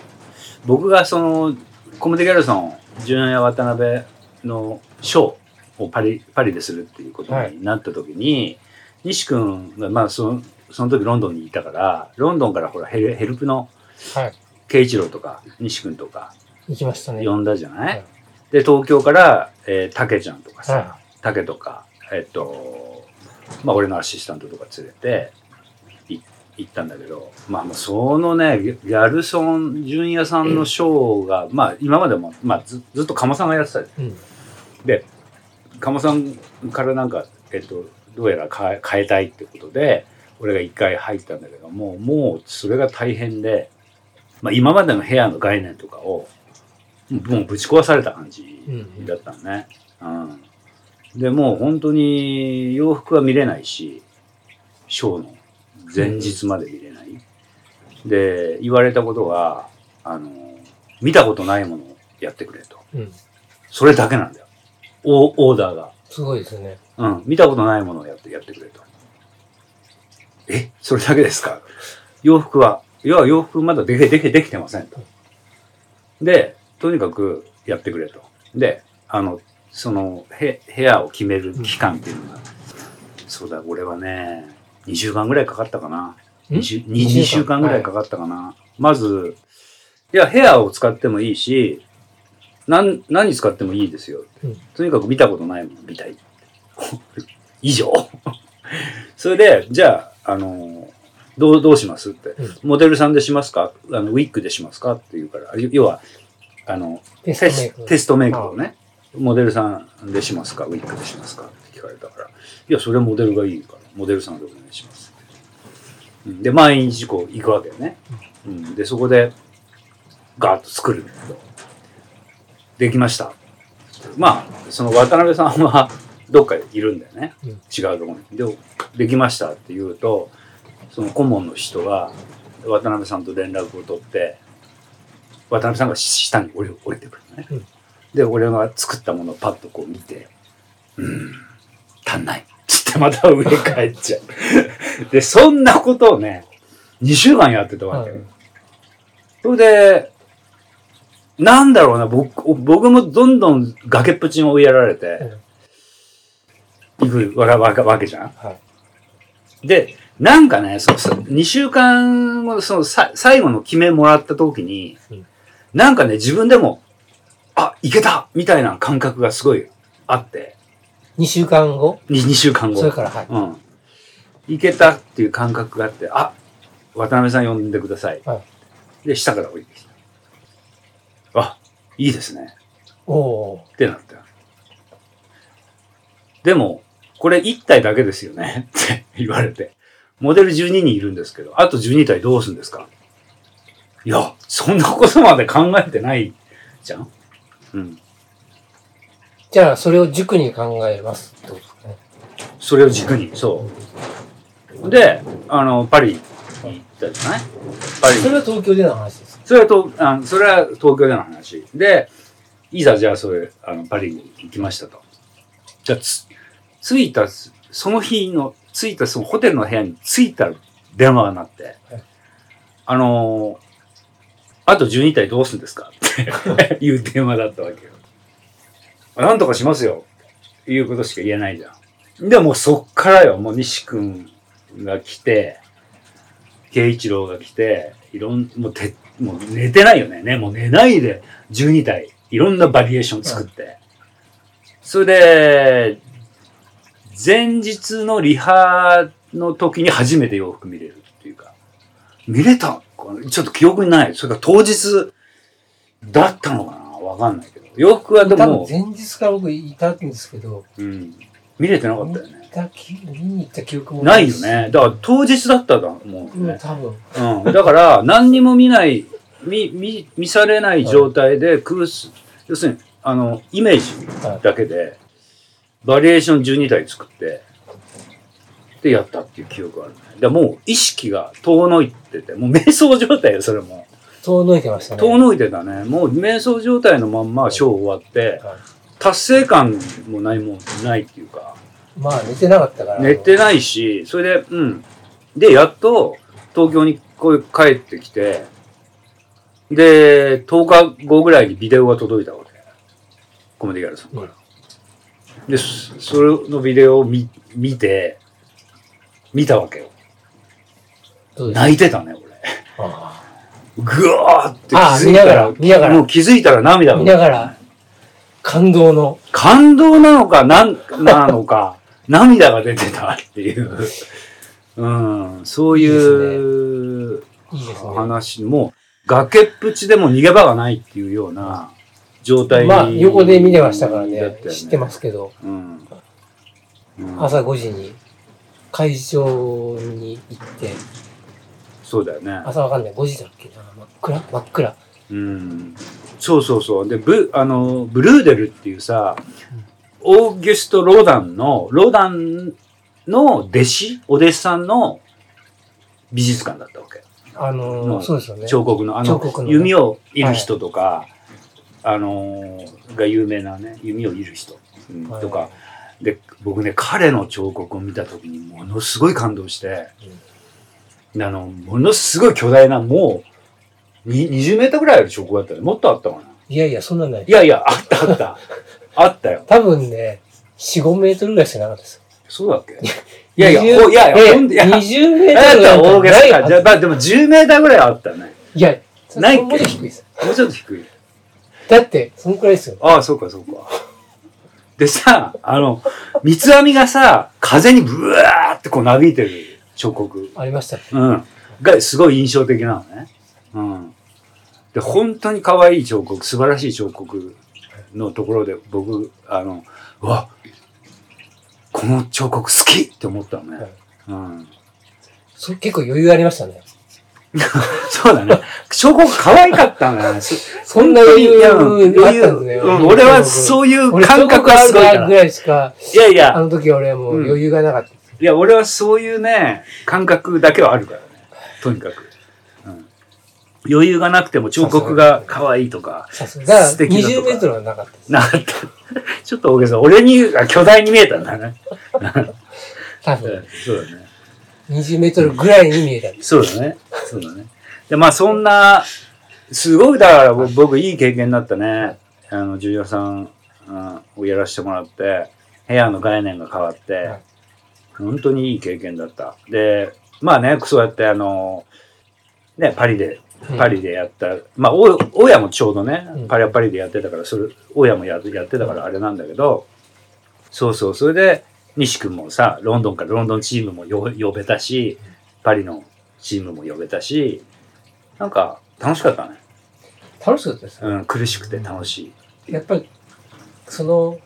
Speaker 1: 僕がその、コムデ・ギャルソン、ジュニア渡辺のショーをパリ、パリでするっていうこと
Speaker 2: はい
Speaker 1: になった時に、西君が、まあ、その、その時ロンドンにいたから、ロンドンからほら、ヘルヘルプの
Speaker 2: はい。
Speaker 1: 慶一郎とか、西君とか、
Speaker 2: 行きましたね。
Speaker 1: 呼んだじゃない、
Speaker 2: はい
Speaker 1: で、東京から、えー、竹ちゃんとかさ、
Speaker 2: は
Speaker 1: 竹とか、えっと、まあ、俺のアシスタントとか連れてい行ったんだけど、まあ、もうそのね、ギャギャルソン純也さんのショーが、まあ、今までも、まあ、ずずっと鴨さんがやってた。
Speaker 2: い。うん。
Speaker 1: で、鴨さんからなんか、えっと、どうやら変え変えたいってことで、俺が一回入ったんだけども、もうそれが大変で、まあ、今までのヘアの概念とかを、もうぶち壊された感じ
Speaker 2: うん
Speaker 1: だったのね。うん。で、もう本当に洋服は見れないし、ショーの前日まで見れない。で、言われたことが、あの、見たことないものをやってくれと。
Speaker 2: うん。
Speaker 1: それだけなんだよ。オオーダーが。
Speaker 2: すごいですね。
Speaker 1: うん。見たことないものをやって、やってくれと。えそれだけですか洋服は、いや、洋服まだでき、でき、できてませんと。で、とにかくやってくれと。で、あの、その、へ、部屋を決める期間っていうのが、そうだ、俺はね、2週間ぐらいかかったかな。
Speaker 2: ん
Speaker 1: 2週 ,2 週間ぐらいかかったかな。まず、いや、ヘアを使ってもいいし、なん何使ってもいいですよ、
Speaker 2: うん
Speaker 1: とにかく見たことないもの見たい。以上。 それで、じゃあ、あの、どう、どうしますって、
Speaker 2: うん
Speaker 1: モデルさんでしますかあのウィッグでしますかって言うから、要要は、あの、テ
Speaker 2: テストメイ
Speaker 1: ス
Speaker 2: ク。
Speaker 1: テストメイクをね、モデルさんでしますかウィッグでしますかって聞かれたから、いや、それはモデルがいいから、モデルさんでお願いします。うんで、毎日こう行くわけよね。うん、で、そこで、ガーッと作るんだけど、できました。まあ、その渡辺さんはどっかいるんだよね。
Speaker 2: うん
Speaker 1: 違うところに。で、できましたって言うと、その顧問の人が渡辺さんと連絡を取って、渡辺さんが下に降り降りてくるのね。
Speaker 2: うん
Speaker 1: で、俺が作ったものをパッとこう見て、うん、足んない。つってまた上帰っちゃう。 で、そんなことをね、2週間やってたわけ。
Speaker 2: うん
Speaker 1: それで、なんだろうな、僕僕もどんどん崖っぷちに追いやられて、いくわけわけわけじゃん。
Speaker 2: はい。
Speaker 1: で、なんかね、そうそう2週間後、そのさ最後の決めもらった時に、
Speaker 2: うん
Speaker 1: なんかね、自分でも、あ、いけたみたいな感覚がすごいあって、
Speaker 2: 2週間後
Speaker 1: 2, 週間後。
Speaker 2: それから、はい。
Speaker 1: うん。いけたっていう感覚があって、あ、渡辺さん呼んでください。
Speaker 2: は
Speaker 1: で、下から降りてきた。あ、いいですね。
Speaker 2: おお
Speaker 1: ってなった。でも、これ1体だけですよね って言われて。モデル12人いるんですけど、あと12体どうするんですかいや、そんなことまで考えてないじゃんうん。
Speaker 2: ー。じゃあ、それを塾に考えますってことですね。
Speaker 1: それを軸に、そう。で、あの、パリに行ったじゃないパリ
Speaker 2: それは東京での話です。
Speaker 1: それはとあのそれは東京での話でいざじゃあそれあのパリに行きましたとじゃあつ着いたその日の着いたそのホテルの部屋に着いたら電話が鳴って、あのーあと12体どうするんですかっていう電話だったわけよなんとかしますよっていうことしか言えないじゃんでもうそっからよもう西君が来て慶一郎が来て、いろん、もうて、もう寝てないよね。ね、もう寝ないで12体、いろんなバリエーション作って。それで、前日のリハの時に初めて洋服見れるっていうか、見れたこれちょっと記憶にない。それから当日だったのかなわかんないけど。洋服はで
Speaker 2: 多分
Speaker 1: も、
Speaker 2: 前日から僕いたんですけど、
Speaker 1: うん、見れてなかったよね。
Speaker 2: たき、見に行った記憶も
Speaker 1: ないよ
Speaker 2: し
Speaker 1: ね。だから当日だったと思う
Speaker 2: うん
Speaker 1: ね。
Speaker 2: 多分。
Speaker 1: うん。だから、何にも見ない、見、見、見されない状態で空す、要するに、あの、イメージだけで、バリエーション12体作って、でやったっていう記憶があるね。だからもう意識が遠のいてて、もう瞑想状態よ、それも。
Speaker 2: 遠のいてましたね。
Speaker 1: 遠のいてたね。もう瞑想状態のまんまショー終わって、
Speaker 2: はい
Speaker 1: 達成感もないもんないっていうか、
Speaker 2: まあ、寝てなかったから。
Speaker 1: 寝てないし、それで、うん。で、やっと東京にこう帰ってきて、で、10日後ぐらいにビデオが届いたわけ。コメディギャルさんから。で、そそれのビデオを見見て、見たわけよ。
Speaker 2: どうですか
Speaker 1: 泣いてたね、俺。
Speaker 2: あ
Speaker 1: ぐわーって
Speaker 2: あ
Speaker 1: 気づいたら、
Speaker 2: 見ながら見ながら
Speaker 1: もう気づいたら涙
Speaker 2: あ
Speaker 1: が。
Speaker 2: 見ながら、感動の、
Speaker 1: 感動なのか、なん、なのか、 涙が出てたっていう、うん、そういう
Speaker 2: いいですね。
Speaker 1: 話も、崖っぷちでも逃げ場がないっていうような状態
Speaker 2: まあ、横で見てましたから
Speaker 1: だ
Speaker 2: ね
Speaker 1: た。よ
Speaker 2: 知ってますけど、
Speaker 1: うん。うん
Speaker 2: 朝5時に会場に行って、
Speaker 1: そうだよね。
Speaker 2: 朝わかんない、5時だっけな。真っ暗真っ暗。
Speaker 1: うん。そうそうそう。で、ブ、あの、ブルーデルっていうさ、オーギュスト・ロダンの、ロダンの弟子、お弟子さんの美術館だったわけ。
Speaker 2: あのー
Speaker 1: まあ
Speaker 2: そうですよね。
Speaker 1: 彫刻のあ
Speaker 2: 彫
Speaker 1: の
Speaker 2: 刻のね
Speaker 1: 弓を射る人とか、あのーが有名なね弓を射る人、うん
Speaker 2: はい
Speaker 1: とかで僕ね彼の彫刻を見た時にものすごい感動して、あのものすごい巨大なもうに20メートルぐらいある彫刻だったねもっとあったかない
Speaker 2: やいや、そんなんない
Speaker 1: い。やいやあったあった あったよ
Speaker 2: 多分ね、4、5メートルぐらいしかなかったですよ。
Speaker 1: そうだっ けいやいや
Speaker 2: 20
Speaker 1: おいやいや
Speaker 2: え
Speaker 1: ほんといや
Speaker 2: 20メ
Speaker 1: あ
Speaker 2: ートル
Speaker 1: な
Speaker 2: な
Speaker 1: た
Speaker 2: ん
Speaker 1: は大げ
Speaker 2: てない
Speaker 1: さ
Speaker 2: は
Speaker 1: か
Speaker 2: ず
Speaker 1: じゃあまあでも10メーターぐらいあったね
Speaker 2: いや、そ
Speaker 1: ないっけ
Speaker 2: もっと低いです。
Speaker 1: もうちょっと低い
Speaker 2: だって、そのくらいですよ。
Speaker 1: ああ、そうか、そうか。でさ、あの、三つ編みがさ、風にブワーってこうなびいてる彫刻。
Speaker 2: ありました。
Speaker 1: うん。がすごい印象的なのね。うん。で、本当に可愛い彫刻、素晴らしい彫刻のところで僕、あの、うわ、この彫刻好きって思ったのね。うん。
Speaker 2: そう結構余裕ありましたね。
Speaker 1: そうだね。彫刻可愛かったんだね。そ
Speaker 2: そんな余裕
Speaker 1: いや
Speaker 2: があったんです
Speaker 1: 余
Speaker 2: ね
Speaker 1: 裕うん俺はそういう感覚がすごいから。
Speaker 2: ぐ
Speaker 1: い
Speaker 2: らいしか、
Speaker 1: やいや
Speaker 2: あ、の時は俺はもう余裕がなかった。
Speaker 1: いや、俺はそういうね、感覚だけはあるからね。とにかく。うん、余裕がなくても彫刻が可愛いとか、
Speaker 2: さすが。だ
Speaker 1: 素
Speaker 2: から
Speaker 1: 敵だとか
Speaker 2: 20メートルはなかったです。
Speaker 1: なかった。 ちょっと大げさ。俺に、あ巨大に見えたんだね。
Speaker 2: 多
Speaker 1: う
Speaker 2: 分、
Speaker 1: んそうだね。
Speaker 2: 20メートルぐらいに見えた。
Speaker 1: そうだね。そうだね。で、まあそんな、すごい、だから僕僕いい経験だったね。あの、ジュニアさんうんをやらせてもらって、部屋の概念が変わって、
Speaker 2: はい
Speaker 1: 本当にいい経験だった。で、まあね、そうやってあの、ね、パリで、パリでやった、まあ、お大家もちょうどね
Speaker 2: う、ん
Speaker 1: パリはパリでやってたから、それ、大家もややってたからあれなんだけど、そうそう、それで、西君もさ、ロンドンからロンドンチームもよ呼べたし、パリのチームも呼べたし、なんか、楽しかったね。
Speaker 2: 楽しかったです。
Speaker 1: うん、苦しくて楽しい。
Speaker 2: やっぱり、その、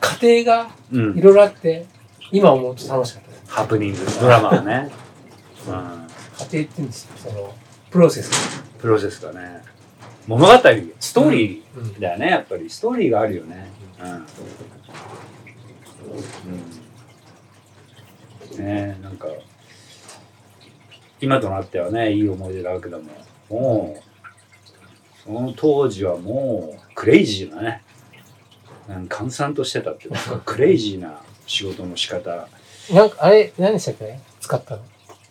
Speaker 2: 過程が
Speaker 1: う
Speaker 2: い
Speaker 1: ん、
Speaker 2: ろいろあって、今思うと楽しかったです。
Speaker 1: ハプニング、ドラマがね。うん、
Speaker 2: 過程って言うんですよ。その、プロセス。
Speaker 1: プロセスだね。物語、ストーリー。
Speaker 2: うん
Speaker 1: だよねやっぱりストーリーがあるよねうん、うん、ねえなんか今となってはねいい思い出だけどももうその当時はもうクレイジーなねうん閑散としてたっていうかクレイジーな仕事の仕方
Speaker 2: なんか、あれ、何でしたっけね使ったの。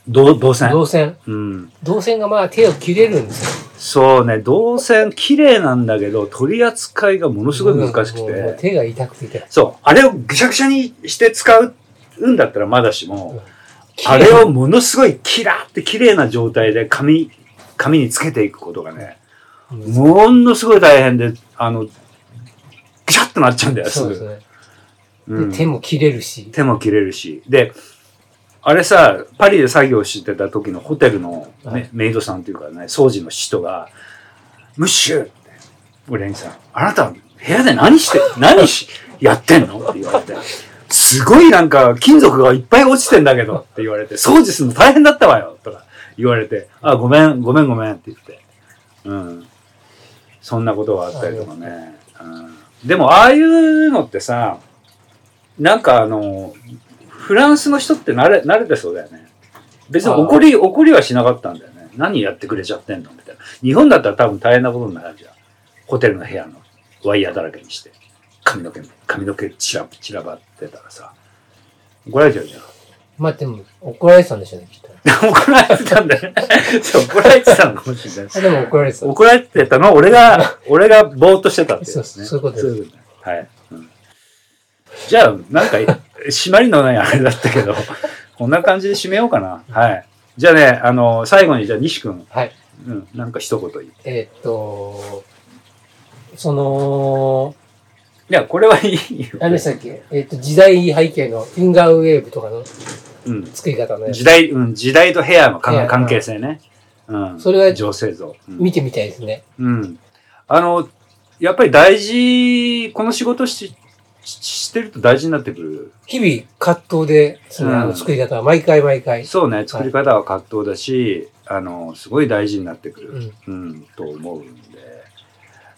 Speaker 1: ど動線
Speaker 2: 動線。
Speaker 1: うん
Speaker 2: 動線がまあ手を切れるんですよ。
Speaker 1: そうね動線綺麗なんだけど取り扱いがものすごい難しくて、
Speaker 2: もうもう手が痛くて痛くて。
Speaker 1: そう。あれをぐしゃぐしゃにして使うんだったらまだしも、
Speaker 2: 綺麗
Speaker 1: あれをものすごいキラーって綺麗な状態で紙、紙につけていくことがね、
Speaker 2: うん
Speaker 1: ものすごい大変で、あの、ぐしゃっとなっちゃうんだよ、す
Speaker 2: そう
Speaker 1: ぐ。
Speaker 2: ですね。
Speaker 1: うん
Speaker 2: で手も切れるし。
Speaker 1: 手も切れるし。で、あれさ、パリで作業してた時のホテルの、ね
Speaker 2: はい
Speaker 1: メイドさんというかね、掃除の人が、ムッシュって、俺にさ、あなた部屋で何して、何し、やってんのって言われて、すごいなんか金属がいっぱい落ちてんだけどって言われて、 掃除するの大変だったわよとか言われて、あ、ごめん、ごめん、ごめんって言って。うん。そんなことがあったりとかね。うん、でも、ああいうのってさ、なんかあの、フランスの人って慣れ慣れてそうだよね。別に怒り、怒りはしなかったんだよね。何やってくれちゃってんのみたいな。日本だったら多分大変なことになるじゃん。ホテルの部屋のワイヤーだらけにして。髪の毛、髪の毛散ら散らばってたらさ、怒られちゃうじゃん。
Speaker 2: まあでも、怒られてたんでしょうね、きっと。
Speaker 1: 怒られてたんだよね。 そう、怒られてたのかもしれない。
Speaker 2: あでも怒られてた。
Speaker 1: 怒られてたのは俺 が、俺がぼーっとしてたっていう、ね。
Speaker 2: そうそういうことです
Speaker 1: です。はい。うんじゃあ、なんか、締まりのないあれだったけ ど、こんな感じで締めようかな。はい。じゃあね、あの、最後に、じゃあ、西君、
Speaker 2: はい。
Speaker 1: うん、なんか一言言う。い
Speaker 2: えーっと、その、
Speaker 1: や、これはいいよ。
Speaker 2: 何でしたっけえーっと、時代背景のフィンガーウェーブとかの
Speaker 1: うん。
Speaker 2: 作り方のや
Speaker 1: 時
Speaker 2: つ、
Speaker 1: 代、うん、時代とヘアの
Speaker 2: ヘア
Speaker 1: 関
Speaker 2: の
Speaker 1: 関係性ね。うん。
Speaker 2: それは
Speaker 1: 女性像。うん
Speaker 2: 見てみたいですね。
Speaker 1: うん。あの、やっぱり大事、この仕事しししてると大事になってくる。
Speaker 2: 日々、葛藤で、その、あ
Speaker 1: うん
Speaker 2: の作り方は毎回毎回。
Speaker 1: そうね、作り方は葛藤だし、あの、すごい大事になってく
Speaker 2: う
Speaker 1: る、
Speaker 2: ん。
Speaker 1: うん、と思うんで。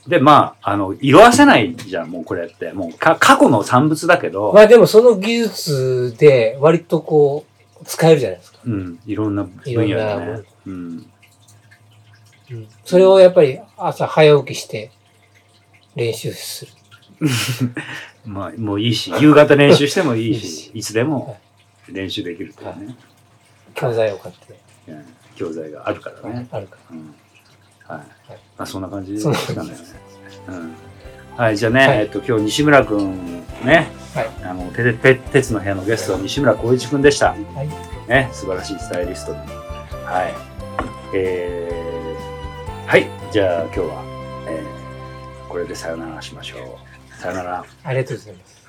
Speaker 1: で、まあ、あの、色あせないじゃん、もうこれって。もうか、過去の産物だけど
Speaker 2: ま、あでも、その技術で、割とこう、使えるじゃないですか。
Speaker 1: うん、いろんな分野
Speaker 2: いろん
Speaker 1: で
Speaker 2: な
Speaker 1: ね。うん。
Speaker 2: うん。それをやっぱり、朝早起きして、練習する。
Speaker 1: まあ、もういいし、夕方練習してもいい
Speaker 2: いい
Speaker 1: し
Speaker 2: し、
Speaker 1: いつでも練習できるというね、
Speaker 2: 教材を買って、
Speaker 1: うん教材があるからね。
Speaker 2: あるか
Speaker 1: うんはい。
Speaker 2: はい
Speaker 1: まあそんな感じで
Speaker 2: そんな
Speaker 1: すか
Speaker 2: 感じ
Speaker 1: ね。うん。はい、じゃあね、
Speaker 2: はい
Speaker 1: えっと、今日西村くんね、
Speaker 2: はい
Speaker 1: あの、てて、て、てつの部屋のゲストは西村光一くんでした。
Speaker 2: ら。はい。
Speaker 1: ね、素晴らしいスタイリストで。はい。えー、はい、じゃあ今日は、えー、これでさよならしましょう。さよなら。
Speaker 2: ありがとうございます。